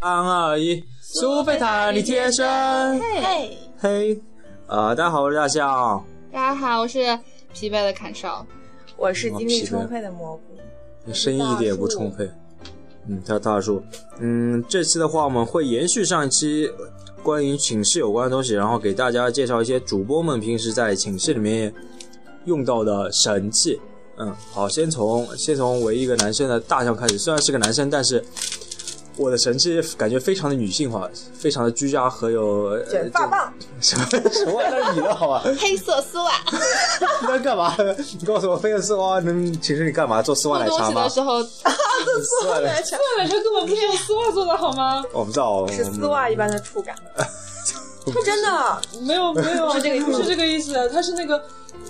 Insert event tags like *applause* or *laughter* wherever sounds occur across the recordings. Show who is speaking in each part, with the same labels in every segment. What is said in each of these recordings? Speaker 1: 三二一，啊苏菲塔你贴身。
Speaker 2: 嘿，
Speaker 1: 嘿，呃，大家好，我是大象。
Speaker 3: 大家好，我是疲惫的砍少。
Speaker 2: 我是
Speaker 1: 什么
Speaker 2: 精力
Speaker 1: 疲惫
Speaker 2: 充沛的蘑菇。
Speaker 1: 声音一点也不充沛。嗯，他大叔，嗯，这期的话我们会延续上一期关于寝室有关的东西，然后给大家介绍一些主播们平时在寝室里面用到的神器。嗯，好，先从先从唯一一个男生的大象开始，虽然是个男生，但是我的神器感觉非常的女性化，非常的居家和有呃
Speaker 2: 卷发棒，
Speaker 1: 这什么什么？那是你的好吧？
Speaker 3: 黑色丝袜，
Speaker 1: 你在干嘛？你告诉我，非得丝袜能寝室里干嘛？做丝袜
Speaker 3: 做
Speaker 1: 奶
Speaker 3: 东
Speaker 1: 茶
Speaker 3: 西
Speaker 1: 吗
Speaker 3: 的？时候，
Speaker 1: 丝袜奶茶。哦
Speaker 3: 本身根本不是用丝袜做的好吗？
Speaker 1: 我不知道，嗯
Speaker 2: 是丝袜一般的
Speaker 1: *laughs*
Speaker 2: 触感。真的，
Speaker 4: 没有没有，
Speaker 2: 不 *laughs* 是这个意思
Speaker 4: 不是这个意思，它是那个。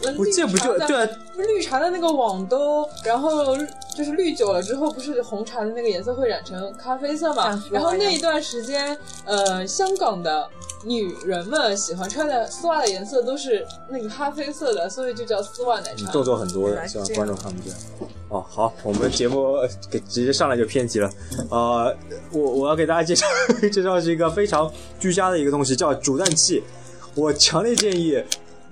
Speaker 4: 呃
Speaker 1: 我这不就
Speaker 4: 绿茶的
Speaker 1: 对啊？
Speaker 4: 绿茶的那个网兜，然后就是绿久了之后，不是红茶的那个颜色会染成咖啡色
Speaker 2: 像
Speaker 4: 嘛
Speaker 2: 丝？袜
Speaker 4: 然后
Speaker 2: 一
Speaker 4: 那
Speaker 2: 样
Speaker 4: 一段时间，呃，香港的女人们喜欢穿的丝袜的颜色都是那个咖啡色的，所以就叫丝袜奶
Speaker 1: 你
Speaker 4: 茶。
Speaker 1: 动作很多的，
Speaker 2: 原来
Speaker 1: 希
Speaker 2: 是
Speaker 1: 望
Speaker 2: 这样
Speaker 1: 观众看不见。哦，好，我们节目呃给直接上来就偏题了。呃，我我要给大家介绍 *laughs* 介绍是一个非常居家的一个东西，叫煮蛋器。我强烈建议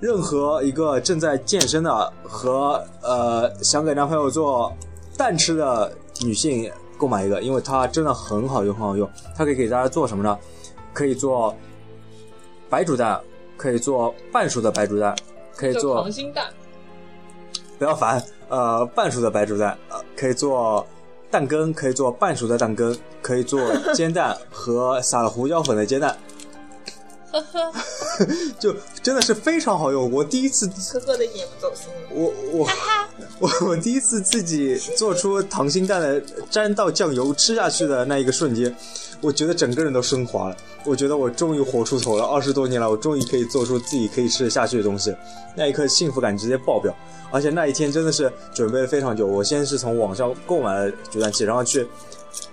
Speaker 1: 任何一个正在健身的和呃想给男朋友做蛋吃的女性购买一个，因为它真的很好用，很好用。它可以给大家做什么呢？可以做白煮蛋，可以做半熟的白煮蛋，可以
Speaker 4: 叫
Speaker 1: 做
Speaker 4: 溏心蛋，
Speaker 1: 不要烦，呃，半熟的白煮蛋，呃，可以做蛋羹，可以做半熟的蛋羹，可以做煎蛋和撒了胡椒粉的煎蛋， *laughs* 就真的是非常好用。我第一次，
Speaker 2: 呵呵的一点不走心。
Speaker 1: 我我 *laughs* 我我第一次自己做出溏心蛋的沾到酱油吃下去的那一个瞬间，我觉得整个人都升华了。我觉得我终于活出头了，二十多年来，我终于可以做出自己可以吃得下去的东西，那一刻幸福感直接爆表。而且那一天真的是准备了非常久，我先是从网上购买了煮蛋器，然后去，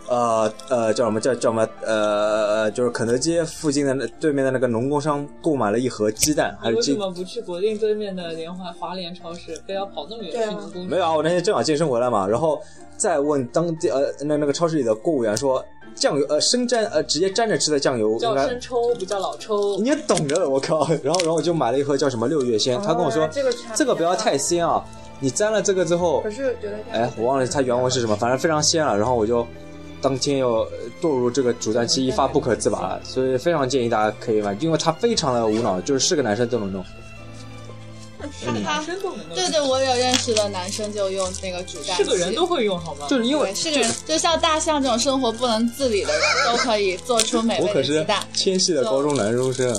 Speaker 1: 呃呃叫什么叫叫什么呃就是肯德基附近的那对面的那个农工商购买了一盒鸡蛋，还
Speaker 4: 你
Speaker 1: 是
Speaker 4: 为什
Speaker 1: 鸡
Speaker 4: 么不去国定对面的联欢华联超市，非要跑那么远
Speaker 2: 对啊
Speaker 4: 去你公司
Speaker 1: 没？有啊，我那天正好健身回来嘛，然后再问当地呃那那个超市里的购物员说，酱油呃生沾呃直接沾着吃的酱油应
Speaker 4: 叫
Speaker 1: 该
Speaker 4: 生抽不叫老抽，
Speaker 1: 你也懂的，我靠！ *laughs* 然后然后我就买了一盒叫什么六月鲜，他跟我说、
Speaker 2: 啊这个差
Speaker 1: 这个不要太鲜啊，你沾了这个之后
Speaker 2: 可，是觉得它
Speaker 1: 哎，我忘了它原文是什么，反正非常鲜啊了。然后我就当天又呃堕入这个煮蛋期一发不可自拔了，所以非常建议大家可以买，因为它非常的无脑，就是是个男生都能弄。
Speaker 3: 哈哈。
Speaker 4: 生动的东西
Speaker 3: 对对，我有认识的男生就用那个煮蛋器，
Speaker 4: 是个人都会用好吗？
Speaker 1: 就是因为
Speaker 3: 对，是个人，就像大象这种生活不能自理的人，都可以做出美
Speaker 1: *laughs* 我
Speaker 3: 味
Speaker 1: 可
Speaker 3: 的鸡
Speaker 1: 是
Speaker 3: 蛋。
Speaker 1: 千禧的高中男中
Speaker 3: *laughs*
Speaker 1: 生，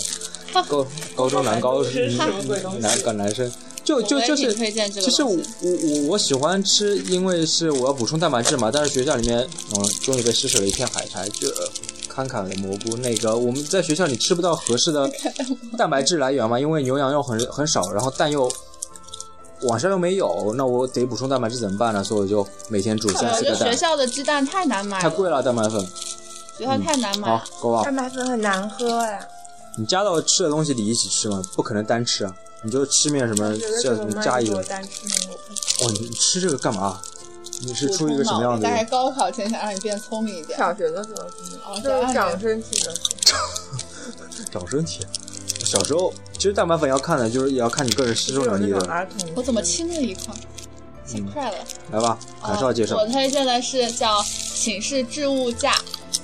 Speaker 1: 高高中男高
Speaker 4: 是什么鬼东西
Speaker 1: 男高男生，就就就
Speaker 3: 我为
Speaker 1: 是
Speaker 3: 你推荐这个
Speaker 1: 其实我
Speaker 3: 东西
Speaker 1: 我我我喜欢吃，因为是我要补充蛋白质嘛。但是学校里面，嗯，终于被施舍了一片海苔，就呃侃侃的蘑菇。那个我们在学校里吃不到合适
Speaker 3: *laughs*
Speaker 1: 的蛋白质来源嘛，因为牛羊肉很很少，然后蛋又网上又没有，那我得补充蛋白质怎么办呢？所以我就每天煮三
Speaker 3: 我
Speaker 1: 四个
Speaker 3: 觉得呃学
Speaker 1: 蛋，
Speaker 3: 校的鸡蛋太难买
Speaker 1: 太
Speaker 3: 了，
Speaker 1: 贵了嗯蛋白粉。
Speaker 3: 学校太难买
Speaker 1: 好
Speaker 3: 了。，
Speaker 1: 够了。
Speaker 2: 蛋白粉很难喝呀，
Speaker 1: 你加到吃的东西里一起吃嘛，不可能单吃啊。你就吃面什么
Speaker 2: 觉得
Speaker 1: 叫
Speaker 2: 这
Speaker 1: 什
Speaker 2: 种
Speaker 1: 么加一个
Speaker 2: 我，单吃芒果
Speaker 1: 哦，你吃这个干嘛？啊你是出于一个什么样
Speaker 3: 补充脑力
Speaker 1: 的啊
Speaker 3: 大？概高考前想让你变聪明一点。
Speaker 2: 小学的时候真
Speaker 3: 哦
Speaker 2: 的，就是长身体的时候，
Speaker 1: 长身体？小时候其实蛋白粉要看的，就是也要看你个人吸收
Speaker 2: 就是有
Speaker 1: 能力
Speaker 2: 那种啊
Speaker 1: 的。
Speaker 2: 儿童。
Speaker 3: 我怎么？亲了一块？
Speaker 1: 嗯
Speaker 3: 切块了。
Speaker 1: 来吧，
Speaker 3: 啊
Speaker 1: 还是要介绍
Speaker 2: 哦
Speaker 3: 我。推荐的是叫寝室置物架，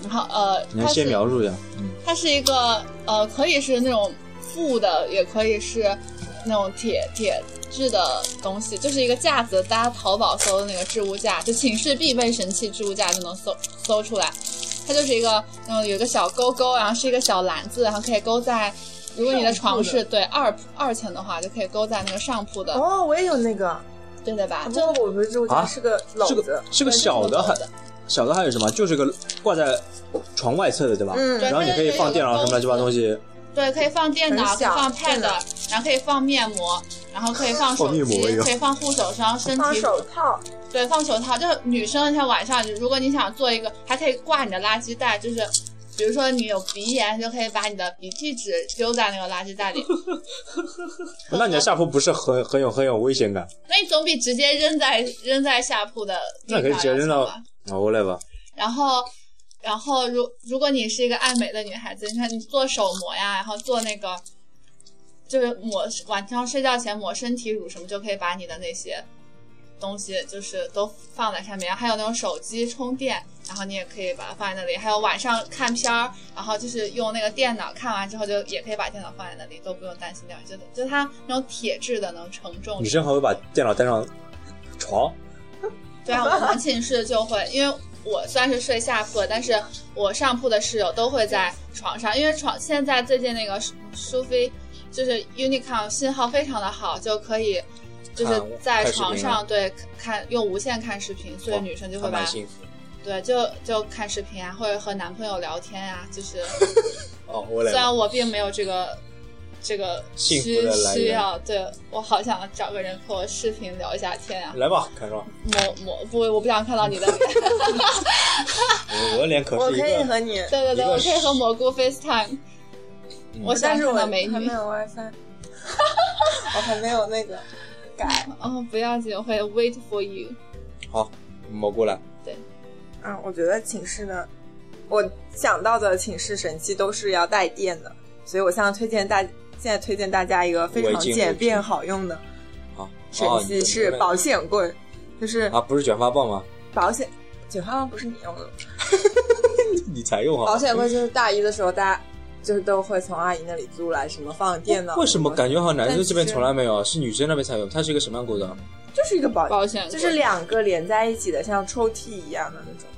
Speaker 3: 然后呃，
Speaker 1: 你
Speaker 3: 它
Speaker 1: 先
Speaker 3: 是
Speaker 1: 先描述一下，嗯，
Speaker 3: 它是一个呃，可以是那种布的，也可以是那种铁铁制的东西，就是一个架子。大家淘宝搜的那个置物架，就寝室必备神器置物架就能搜搜出来。它就是一个嗯，有一个小钩钩，然后是一个小篮子，然后可以勾在。如果你的床
Speaker 4: 上
Speaker 3: 是对二二层的话，就可以勾在那个上铺的，
Speaker 2: 哦，我也有那个，
Speaker 3: 对啊的吧？
Speaker 2: 不
Speaker 3: 就
Speaker 2: 过我们住
Speaker 1: 啊
Speaker 2: 家是个
Speaker 1: 这
Speaker 2: 篓
Speaker 1: 个
Speaker 2: 子，
Speaker 1: 这个小的还小的还有什么？就是个挂在床外侧的，对吧？
Speaker 2: 嗯
Speaker 3: 对
Speaker 1: 然后你可以放电脑什么乱七八糟东西，
Speaker 3: 对，可以放电脑，
Speaker 2: 很
Speaker 3: 可以
Speaker 2: 小
Speaker 3: 放 pad，
Speaker 2: 真的
Speaker 3: 然后可以放面膜，然后可以放手
Speaker 1: 放面膜哎
Speaker 3: 机，
Speaker 1: 呦
Speaker 3: 可以放护手霜、身
Speaker 2: 放
Speaker 3: 体乳，
Speaker 2: 手套，
Speaker 3: 对，放手套。就是女生像晚上，如果你想做一个，还可以挂你的垃圾袋，就是。比如说你有鼻炎，就可以把你的鼻涕纸丢在那个垃圾
Speaker 1: *laughs*
Speaker 3: 袋里，
Speaker 1: 那你的下铺不是很很有很有危险感？
Speaker 3: 那你总比直接扔在扔在下铺的地
Speaker 1: 那可以
Speaker 3: 上
Speaker 1: 直接
Speaker 3: 要
Speaker 1: 扔
Speaker 3: 强
Speaker 1: 到
Speaker 3: 吧
Speaker 1: 哦，我来吧。
Speaker 3: 然后，然后如如果你是一个爱美的女孩子，你看你做手膜呀，然后做那个就是抹晚上睡觉前抹身体乳什么，就可以把你的那些东西就是都放在上面。然后还有那种手机充电，然后你也可以把它放在那里。还有晚上看片儿，然后就是用那个电脑看完之后，就也可以把电脑放在那里，都不用担心掉。就就它那种铁质的能承重
Speaker 1: 女，生还会把电脑带上床，
Speaker 3: 对啊，我们寝室就会，因为我虽然是睡下铺的，但是我上铺的室友都会在床上，因为床现在最近那个苏苏菲就是 Unicom 信号非常的好，就可以就是
Speaker 1: 看
Speaker 3: 在
Speaker 1: 看视频
Speaker 3: 床
Speaker 1: 啊
Speaker 3: 上对看用无线看视频，所以
Speaker 1: 哇
Speaker 3: 女生就
Speaker 1: 还
Speaker 3: 会把
Speaker 1: 蛮幸福。
Speaker 3: 对就就看视频啊，或者和男朋友聊天啊，
Speaker 1: *laughs*
Speaker 3: 就是
Speaker 1: 哦，我
Speaker 3: 虽
Speaker 1: 来
Speaker 3: 然我并没有这个。这个
Speaker 1: 幸福
Speaker 3: 需
Speaker 1: 的来源
Speaker 3: 需要，对我好想找个人和我视频聊一下天啊！
Speaker 1: 来吧，看上
Speaker 3: 某某不，我不想看到你的脸。
Speaker 1: 我我的脸可
Speaker 2: 我
Speaker 1: 是一
Speaker 2: 可以
Speaker 1: 个
Speaker 2: 和你，
Speaker 3: *laughs* 对对对，
Speaker 1: 一个
Speaker 3: 我可以和蘑菇 FaceTime
Speaker 1: 嗯。
Speaker 3: 我想
Speaker 2: 但是
Speaker 3: 看
Speaker 2: 我
Speaker 3: 到美
Speaker 2: 还
Speaker 3: 女
Speaker 2: 没。有
Speaker 3: *laughs*
Speaker 2: WiFi，我还没有那个改。
Speaker 3: 哦，不要紧，我会 wait for you。
Speaker 1: 蘑菇来，
Speaker 2: 嗯，我觉得寝室呢，我想到的寝室神器都是要带电的，所以我现在推荐大现在推荐大家一个非
Speaker 1: 围
Speaker 2: 常
Speaker 1: 巾围巾
Speaker 2: 简便好用的
Speaker 1: 好，
Speaker 2: 神
Speaker 1: 哦
Speaker 2: 器是保险棍，就是
Speaker 1: 啊，哦不是卷发棒吗？ *laughs*
Speaker 2: 保险。九号不是你用的，
Speaker 1: 你才用啊
Speaker 2: 保？险柜就是大一的时候，大家就是都会从阿姨那里租来，什么放电脑，
Speaker 1: 为什么感觉好像男生这边
Speaker 2: 但是
Speaker 1: 从来没有，是女生那边才有？它是一个什么样的构造？
Speaker 2: 就是一个保，
Speaker 3: 保险
Speaker 2: 就是两个连在一起的，像抽屉一样的那种，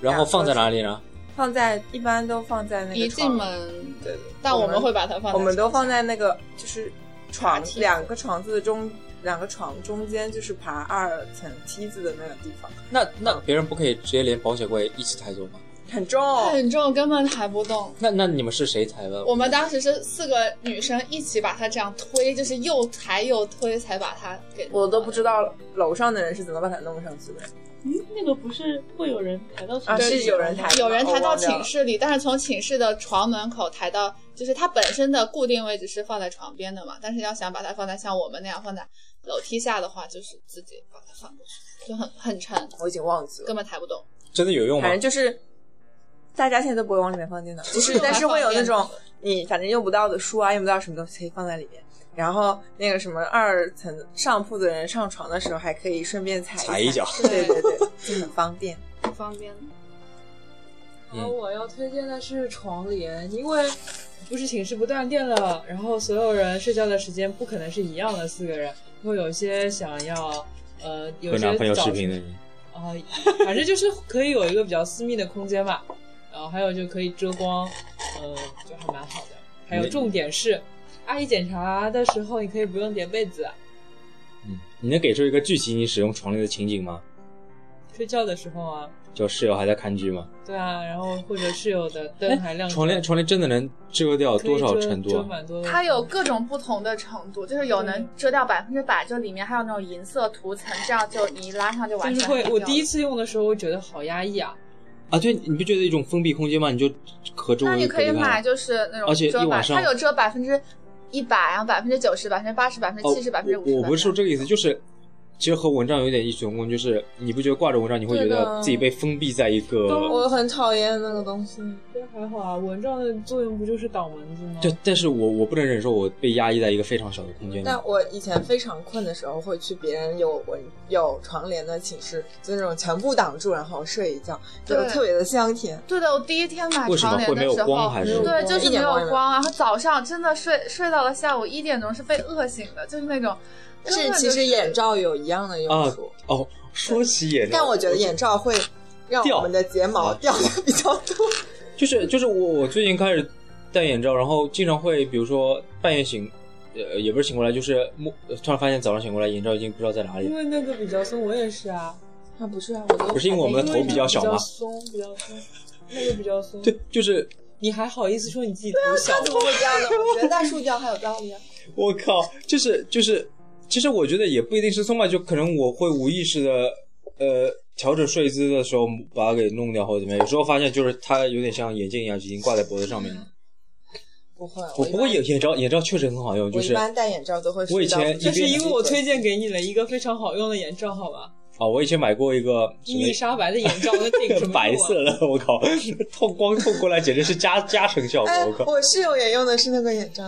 Speaker 1: 然后放在哪里呢？
Speaker 2: 放在一般都放在那个
Speaker 3: 一进
Speaker 2: 床，
Speaker 3: 门，
Speaker 2: 对对，
Speaker 3: 但
Speaker 2: 我
Speaker 3: 我们会把它放在，
Speaker 2: 我们都放。在那个就是床
Speaker 3: 爬梯
Speaker 2: 两个床子的中两个床中间，就是爬二层梯子的那个地方，
Speaker 1: 那
Speaker 2: 嗯
Speaker 1: 那别人不可以直接连保险柜一起抬走吗？
Speaker 2: 很重。
Speaker 3: 很重，根本抬不动。
Speaker 1: 那那你们是谁抬的？
Speaker 3: 我们当时是四个女生一起把它这样推，就是又抬又推，才把它给。
Speaker 2: 我都不知道楼上的人是怎么把它弄上去的。
Speaker 5: 嗯，那个不是会有人抬到
Speaker 2: 啊
Speaker 5: 对
Speaker 2: 是有人抬
Speaker 3: 有人抬
Speaker 2: 哦
Speaker 3: 到
Speaker 2: 忘掉
Speaker 3: 寝
Speaker 2: 了
Speaker 3: 室里，但是从寝室的床门口抬到，就是它本身的固定位置是放在床边的嘛，但是要想把它放在像我们那样放在楼梯下的话，就是自己把它放过去，就很很沉，
Speaker 2: 我已经忘记了，
Speaker 3: 根本抬不动。
Speaker 1: 真的有用吗
Speaker 2: 反？正就是大家现在都不会往里面放电
Speaker 3: *laughs*
Speaker 2: 脑，就是但是会有那种你反正用不到的书啊，用不到什么东西可以放在里面。然后那个什么二层上铺的人上床的时候，还可以顺便踩
Speaker 1: 踩
Speaker 2: 一
Speaker 1: 一脚，
Speaker 2: 对对对，就很方便。
Speaker 3: 不方便。
Speaker 1: 嗯
Speaker 4: 然后呃我要推荐的是床帘，因为不是寝室不断电了，然后所有人睡觉的时间不可能是一样的，四个人会有些想要呃，有些早
Speaker 1: 的人，
Speaker 4: 啊、反正就是可以有一个比较私密的空间吧。然后还有就可以遮光，呃，就还蛮好的。还有
Speaker 1: 你
Speaker 4: 重点是，阿姨检查的时候你可以不用叠被子，啊
Speaker 1: 嗯，你能给出一个具体你使用床帘的情景吗？
Speaker 4: 睡觉的时候啊，
Speaker 1: 就室友还在看剧吗？
Speaker 4: 对啊，然后或者室友
Speaker 3: 哎
Speaker 4: 的灯还亮着，
Speaker 1: 床帘床帘真的能遮掉
Speaker 4: 嗯可以
Speaker 1: 多少
Speaker 4: 遮
Speaker 1: 程度
Speaker 4: 遮
Speaker 1: 啊？
Speaker 4: 蛮多的
Speaker 3: 它有各种不同的程度，就是有能遮掉百分之百，就里面还有那种银色涂层，这样就你一拉上就完
Speaker 4: 就是
Speaker 3: 全
Speaker 4: 会，
Speaker 3: 黑
Speaker 4: 我
Speaker 3: 掉
Speaker 4: 第一
Speaker 3: 了。
Speaker 4: 次用的时候，我觉得好压抑啊。
Speaker 1: 啊，对，你不觉得一种封闭空间吗？你就和周围
Speaker 3: 那你可以
Speaker 1: 隔离开
Speaker 3: 买就是那
Speaker 1: 啊而
Speaker 3: 种
Speaker 1: 且
Speaker 3: 遮
Speaker 1: 一
Speaker 3: 百，
Speaker 1: 晚上
Speaker 3: 它有遮百分之一百，然后百分之九十、百分之八十、百分之
Speaker 1: 哦
Speaker 3: 七十、百分之五十。
Speaker 1: 我我不是说这个意思，就是其实和文章有点异曲同工，就是你不觉得挂着文章，你会觉
Speaker 2: 对的
Speaker 1: 得自己被封闭在一个。
Speaker 2: 我很讨厌那个东西，
Speaker 4: 这还好啊，蚊帐的作用不就是挡蚊子吗？
Speaker 1: 对，但是我我不能忍受我被压抑在一个非常小的空间里。
Speaker 2: 但我以前非常困的时候，会去别人有我有床帘的寝室，就那种全部挡住，然后睡一觉，就
Speaker 3: 对
Speaker 2: 特别的香甜。
Speaker 3: 对的，我第一天买
Speaker 1: 为什么
Speaker 3: 床帘
Speaker 1: 会没
Speaker 3: 的
Speaker 1: 有
Speaker 3: 时
Speaker 1: 光
Speaker 3: 候，
Speaker 1: 还是
Speaker 4: 没有
Speaker 3: 对，就是没有
Speaker 2: 嗯一点光
Speaker 3: 光。啊然后早上真的睡睡到了下午一点钟，是被饿醒的，就是那种。
Speaker 2: 但
Speaker 3: 根
Speaker 2: 是
Speaker 3: 本
Speaker 2: 其
Speaker 3: 就
Speaker 2: 实眼罩有一样的用
Speaker 1: 啊
Speaker 2: 处，
Speaker 1: 哦，说起眼罩，
Speaker 2: 但我觉得眼罩会让
Speaker 1: 掉啊
Speaker 2: 我们的睫毛掉的比较多。
Speaker 1: 就是就是我我最近开始戴眼罩，然后经常会比如说半夜醒，呃也不是醒过来，就是摸呃突然发现早上醒过来眼罩已经不知道在哪里
Speaker 4: 因
Speaker 1: 了。
Speaker 4: 为那个比较松，我也是啊，
Speaker 2: 啊，不是啊，我都
Speaker 1: 不是因为我们的头比较小
Speaker 4: 因为那个比较
Speaker 1: 吗？
Speaker 4: 松，比较
Speaker 1: *laughs*
Speaker 4: 松，那个比较松。
Speaker 1: 对，就是
Speaker 4: 你还好意思说你自己
Speaker 3: 啊
Speaker 4: 头小吗？
Speaker 2: 会这样的，我觉得大树掉还有道理啊。
Speaker 1: 我靠，就是就是，其实我觉得也不一定是松吧，就可能我会无意识的，呃，调整睡姿的时候把它给弄掉或者怎么样。有时候发现就是它有点像眼镜一样，已经挂在脖子上面了。
Speaker 4: 嗯
Speaker 2: 不会，
Speaker 1: 我
Speaker 2: 一
Speaker 1: 不过
Speaker 2: 般
Speaker 1: 眼眼罩眼罩确实很好用，
Speaker 2: 我
Speaker 1: 就
Speaker 2: 一
Speaker 1: 是啊
Speaker 2: 般戴眼罩都会
Speaker 1: 我以
Speaker 2: 睡到
Speaker 1: 前一
Speaker 2: 自己
Speaker 4: 就
Speaker 1: 边
Speaker 2: 的嘴
Speaker 4: 是因为我推荐给你了一个非常好用的眼罩，好吧？
Speaker 1: 啊，我以前买过一个什
Speaker 4: 伊丽
Speaker 1: 么
Speaker 4: 莎白的眼罩能顶什么用啊
Speaker 1: *laughs* 白色的，我靠，透光透过来简直是加加成效果，
Speaker 2: 哎
Speaker 1: 我，靠！
Speaker 2: 我室友也用的是那个眼罩，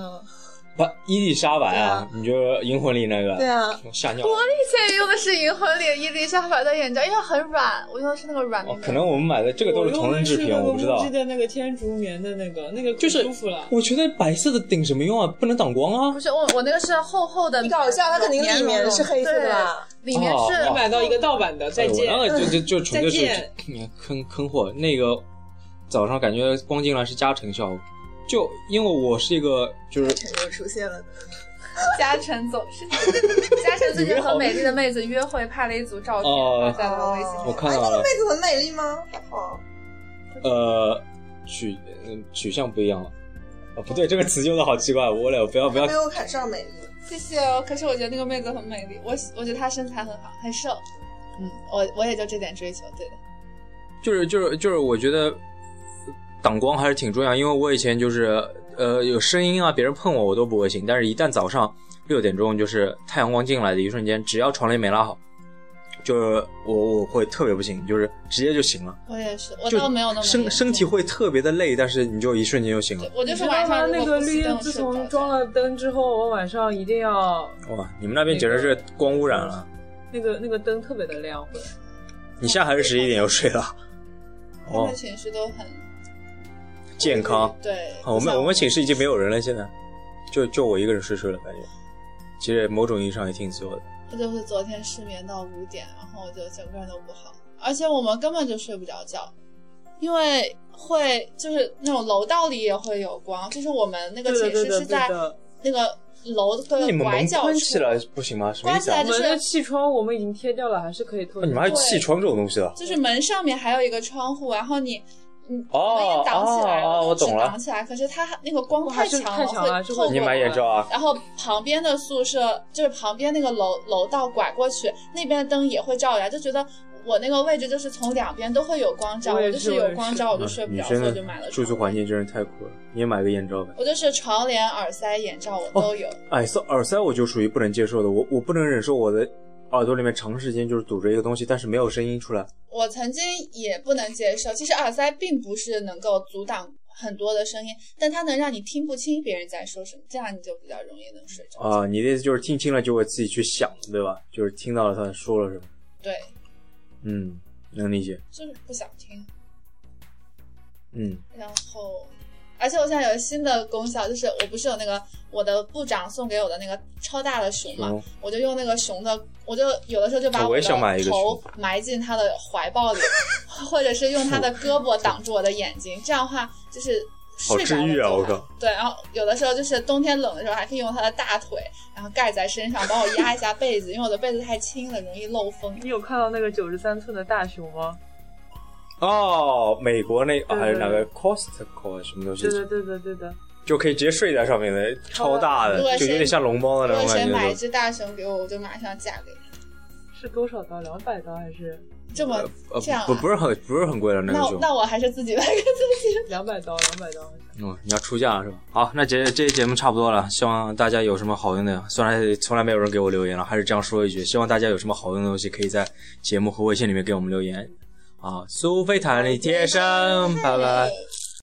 Speaker 1: 不，伊丽莎白啊，你就《银魂》里那个，
Speaker 2: 对啊，
Speaker 1: 吓尿了。
Speaker 3: 我以前用的是银魂里伊丽莎白的眼罩，因为很软，我用的是那个软的。
Speaker 1: 哦，可能我们买的这个都是同人制品，我不知道
Speaker 4: 我用的是那个木。质的那个天竺棉的那个，那个可
Speaker 1: 就是
Speaker 4: 舒服了。
Speaker 1: 我觉得白色的顶什么用啊？不能挡光啊
Speaker 3: 不！是我，我那个是厚厚的。
Speaker 2: 你搞笑，它肯定里面是黑色的吧？
Speaker 3: 对？里面是
Speaker 1: 哦
Speaker 4: 买到一个盗版的，再
Speaker 1: 哎我
Speaker 4: 见。
Speaker 1: 那个就就就纯粹
Speaker 4: 再
Speaker 1: 是
Speaker 4: 见
Speaker 1: *laughs* 坑坑货。那个早上感觉光进来是加成效，就因为我是一个就是
Speaker 2: 又出现了，
Speaker 3: 嘉诚总
Speaker 1: *laughs*
Speaker 3: 是嘉诚最近和美丽的妹子约会拍了一组照片
Speaker 1: 哦
Speaker 3: 发在了微信
Speaker 1: 我
Speaker 3: 上。
Speaker 1: 看到
Speaker 4: 哎
Speaker 1: 了，
Speaker 2: 妹子很美丽吗？哦，
Speaker 1: 呃，取嗯取向不一样了。哦，不对，这个词用的好奇怪，我俩不要不要
Speaker 2: 没有砍上美丽。
Speaker 3: 谢谢哦，可是我觉得那个妹子很美丽，我喜我觉得她身材很好，很瘦。嗯，我我也就这点追求，对的。
Speaker 1: 就是就是就是，我觉得挡光还是挺重要，因为我以前就是呃有声音啊，别人碰我我都不会醒，但是一旦早上六点钟就是太阳光进来的一瞬间，只要床帘没拉好，就是我我会特别不醒，就是直接就醒了，
Speaker 3: 我也是，我
Speaker 1: 就
Speaker 3: 倒没有那么严
Speaker 1: 身
Speaker 3: 重
Speaker 1: 身体。会特别的累，但是你就一瞬间就醒了
Speaker 3: 对。我就
Speaker 4: 你
Speaker 3: 是
Speaker 4: 知道
Speaker 3: 晚
Speaker 4: 吗？
Speaker 3: 上
Speaker 4: 那
Speaker 3: 如
Speaker 4: 个
Speaker 3: 果不
Speaker 4: 绿
Speaker 3: 熄
Speaker 4: 叶
Speaker 3: 灯
Speaker 4: 自
Speaker 3: 睡不
Speaker 4: 从
Speaker 3: 着
Speaker 4: 装了灯之后，我晚上一定要
Speaker 1: 哇，你们那边简直是光污染了。
Speaker 4: 那个那个灯特别的亮。
Speaker 1: 你现在还是十一点就睡了？
Speaker 3: 觉，他
Speaker 1: 哦
Speaker 3: 们，寝室都很
Speaker 1: 健康。
Speaker 3: 对，
Speaker 1: 啊好，我们
Speaker 3: 像
Speaker 1: 我们寝室已经没有人了，现在就就我一个人睡睡了，感觉其实某种意义上也挺自由的。
Speaker 3: 我就是昨天失眠到五点，然后我就整个人都不好，而且我们根本就睡不着觉，因为会就是那种楼道里也会有光，就是我们那个
Speaker 4: 对
Speaker 3: 寝
Speaker 4: 的对
Speaker 3: 室
Speaker 4: 的
Speaker 3: 是
Speaker 4: 对
Speaker 3: 在
Speaker 4: 的，
Speaker 3: 那个楼
Speaker 1: 那你
Speaker 3: 的
Speaker 1: 们
Speaker 3: 拐
Speaker 1: 门
Speaker 3: 角
Speaker 1: 关
Speaker 3: 处
Speaker 1: 起，来不行吗？什么意思啊
Speaker 3: 关起
Speaker 4: 我？
Speaker 3: 来
Speaker 4: 们的气窗我们已经贴掉了，还是可以透
Speaker 1: 哦
Speaker 4: 气。
Speaker 1: 你们还有气窗这种东西啊的？
Speaker 3: 就是门上面还有一个窗户，然后你。嗯，
Speaker 1: 哦
Speaker 3: 我们也挡起来了，
Speaker 1: 哦哦我懂了
Speaker 3: 是挡起来。可是它那个光
Speaker 4: 哇
Speaker 3: 太
Speaker 4: 这
Speaker 3: 强
Speaker 4: 太强了
Speaker 3: 会
Speaker 4: 这
Speaker 3: 透
Speaker 4: 会
Speaker 3: 过
Speaker 1: 你买眼罩啊？
Speaker 3: 然后旁边的宿舍就是旁边那个楼楼道拐过去，那边的灯也会照来，就觉得我那个位置就是从两边都会有光照，
Speaker 4: 我
Speaker 3: 我
Speaker 4: 也
Speaker 3: 就是是有光照我就
Speaker 1: 嗯
Speaker 3: 睡不
Speaker 1: 女
Speaker 3: 着，所
Speaker 1: 生
Speaker 3: 以我就
Speaker 1: 的
Speaker 3: 买了
Speaker 1: 住宿
Speaker 3: 床
Speaker 1: 环
Speaker 3: 帘。
Speaker 1: 境真是太苦了，你也买个眼罩呗。
Speaker 3: 我就是床帘、耳塞、眼罩我都有，
Speaker 1: 耳塞耳塞我就属于不能接受的，我我不能忍受我的耳朵里面长时间就是堵着一个东西，但是没有声音出来。
Speaker 3: 我曾经也不能接受。其实耳塞并不是能够阻挡很多的声音，但它能让你听不清别人在说什么，这样你就比较容易能睡着。
Speaker 1: 啊、你的意思就是听清了就会自己去想，对吧？就是听到了他说了什么，
Speaker 3: 对，
Speaker 1: 嗯，能理解，
Speaker 3: 就是不想听。
Speaker 1: 嗯，
Speaker 3: 然后，而且我现在有新的功效，就是我不是有那个我的部长送给我的那个超大的熊嘛，
Speaker 1: 嗯
Speaker 3: 我就用那个熊的，我就有的时候就把
Speaker 1: 我也
Speaker 3: 的
Speaker 1: 想买一个
Speaker 3: 头埋进它的怀抱
Speaker 1: *laughs*
Speaker 3: 里，或者是用它的胳膊挡住我的眼睛，这样的话就是。
Speaker 1: 好
Speaker 3: 睡着
Speaker 1: 治
Speaker 3: 了
Speaker 1: 愈
Speaker 3: 就
Speaker 1: 啊！
Speaker 3: 好
Speaker 1: 我！靠，
Speaker 3: 对，然后有的时候就是冬天冷的时候，还可以用它的大腿，然后盖在身上，帮我压一下被子，因为我的被子太轻了，容易漏风。
Speaker 4: 你有看到那个九十三寸的大熊吗？
Speaker 1: 哦，美国那、啊、
Speaker 4: 对
Speaker 1: 还有哪
Speaker 4: 对
Speaker 1: 个 Costco 啊什么东西
Speaker 4: 对，的，对的，对的。
Speaker 1: 就可以直接睡在上面的，超大
Speaker 3: 如果
Speaker 1: 的，
Speaker 3: 谁
Speaker 1: 就有点像龙猫
Speaker 3: 如
Speaker 1: 哦的那
Speaker 3: 果
Speaker 1: 种
Speaker 3: 谁
Speaker 1: 感
Speaker 3: 买一
Speaker 1: 觉。
Speaker 3: 只大熊给我，我就马上嫁给你。
Speaker 4: 是多少刀？两百刀还是
Speaker 3: 这么、
Speaker 1: 呃
Speaker 3: 这样、啊，
Speaker 1: 不不是很不是很贵的那
Speaker 3: 那
Speaker 1: 个
Speaker 3: 我
Speaker 1: 熊，
Speaker 3: 那我还是自己买个
Speaker 4: 两百刀？两百刀。
Speaker 1: 嗯，你要出价了是吧？好，那这这期节目差不多了，希望大家有什么好用的，虽然从来没有人给我留言了，还是这样说一句，希望大家有什么好用的东西，可以在节目和微信里面给我们留言。啊，苏菲弹力贴身，拜拜。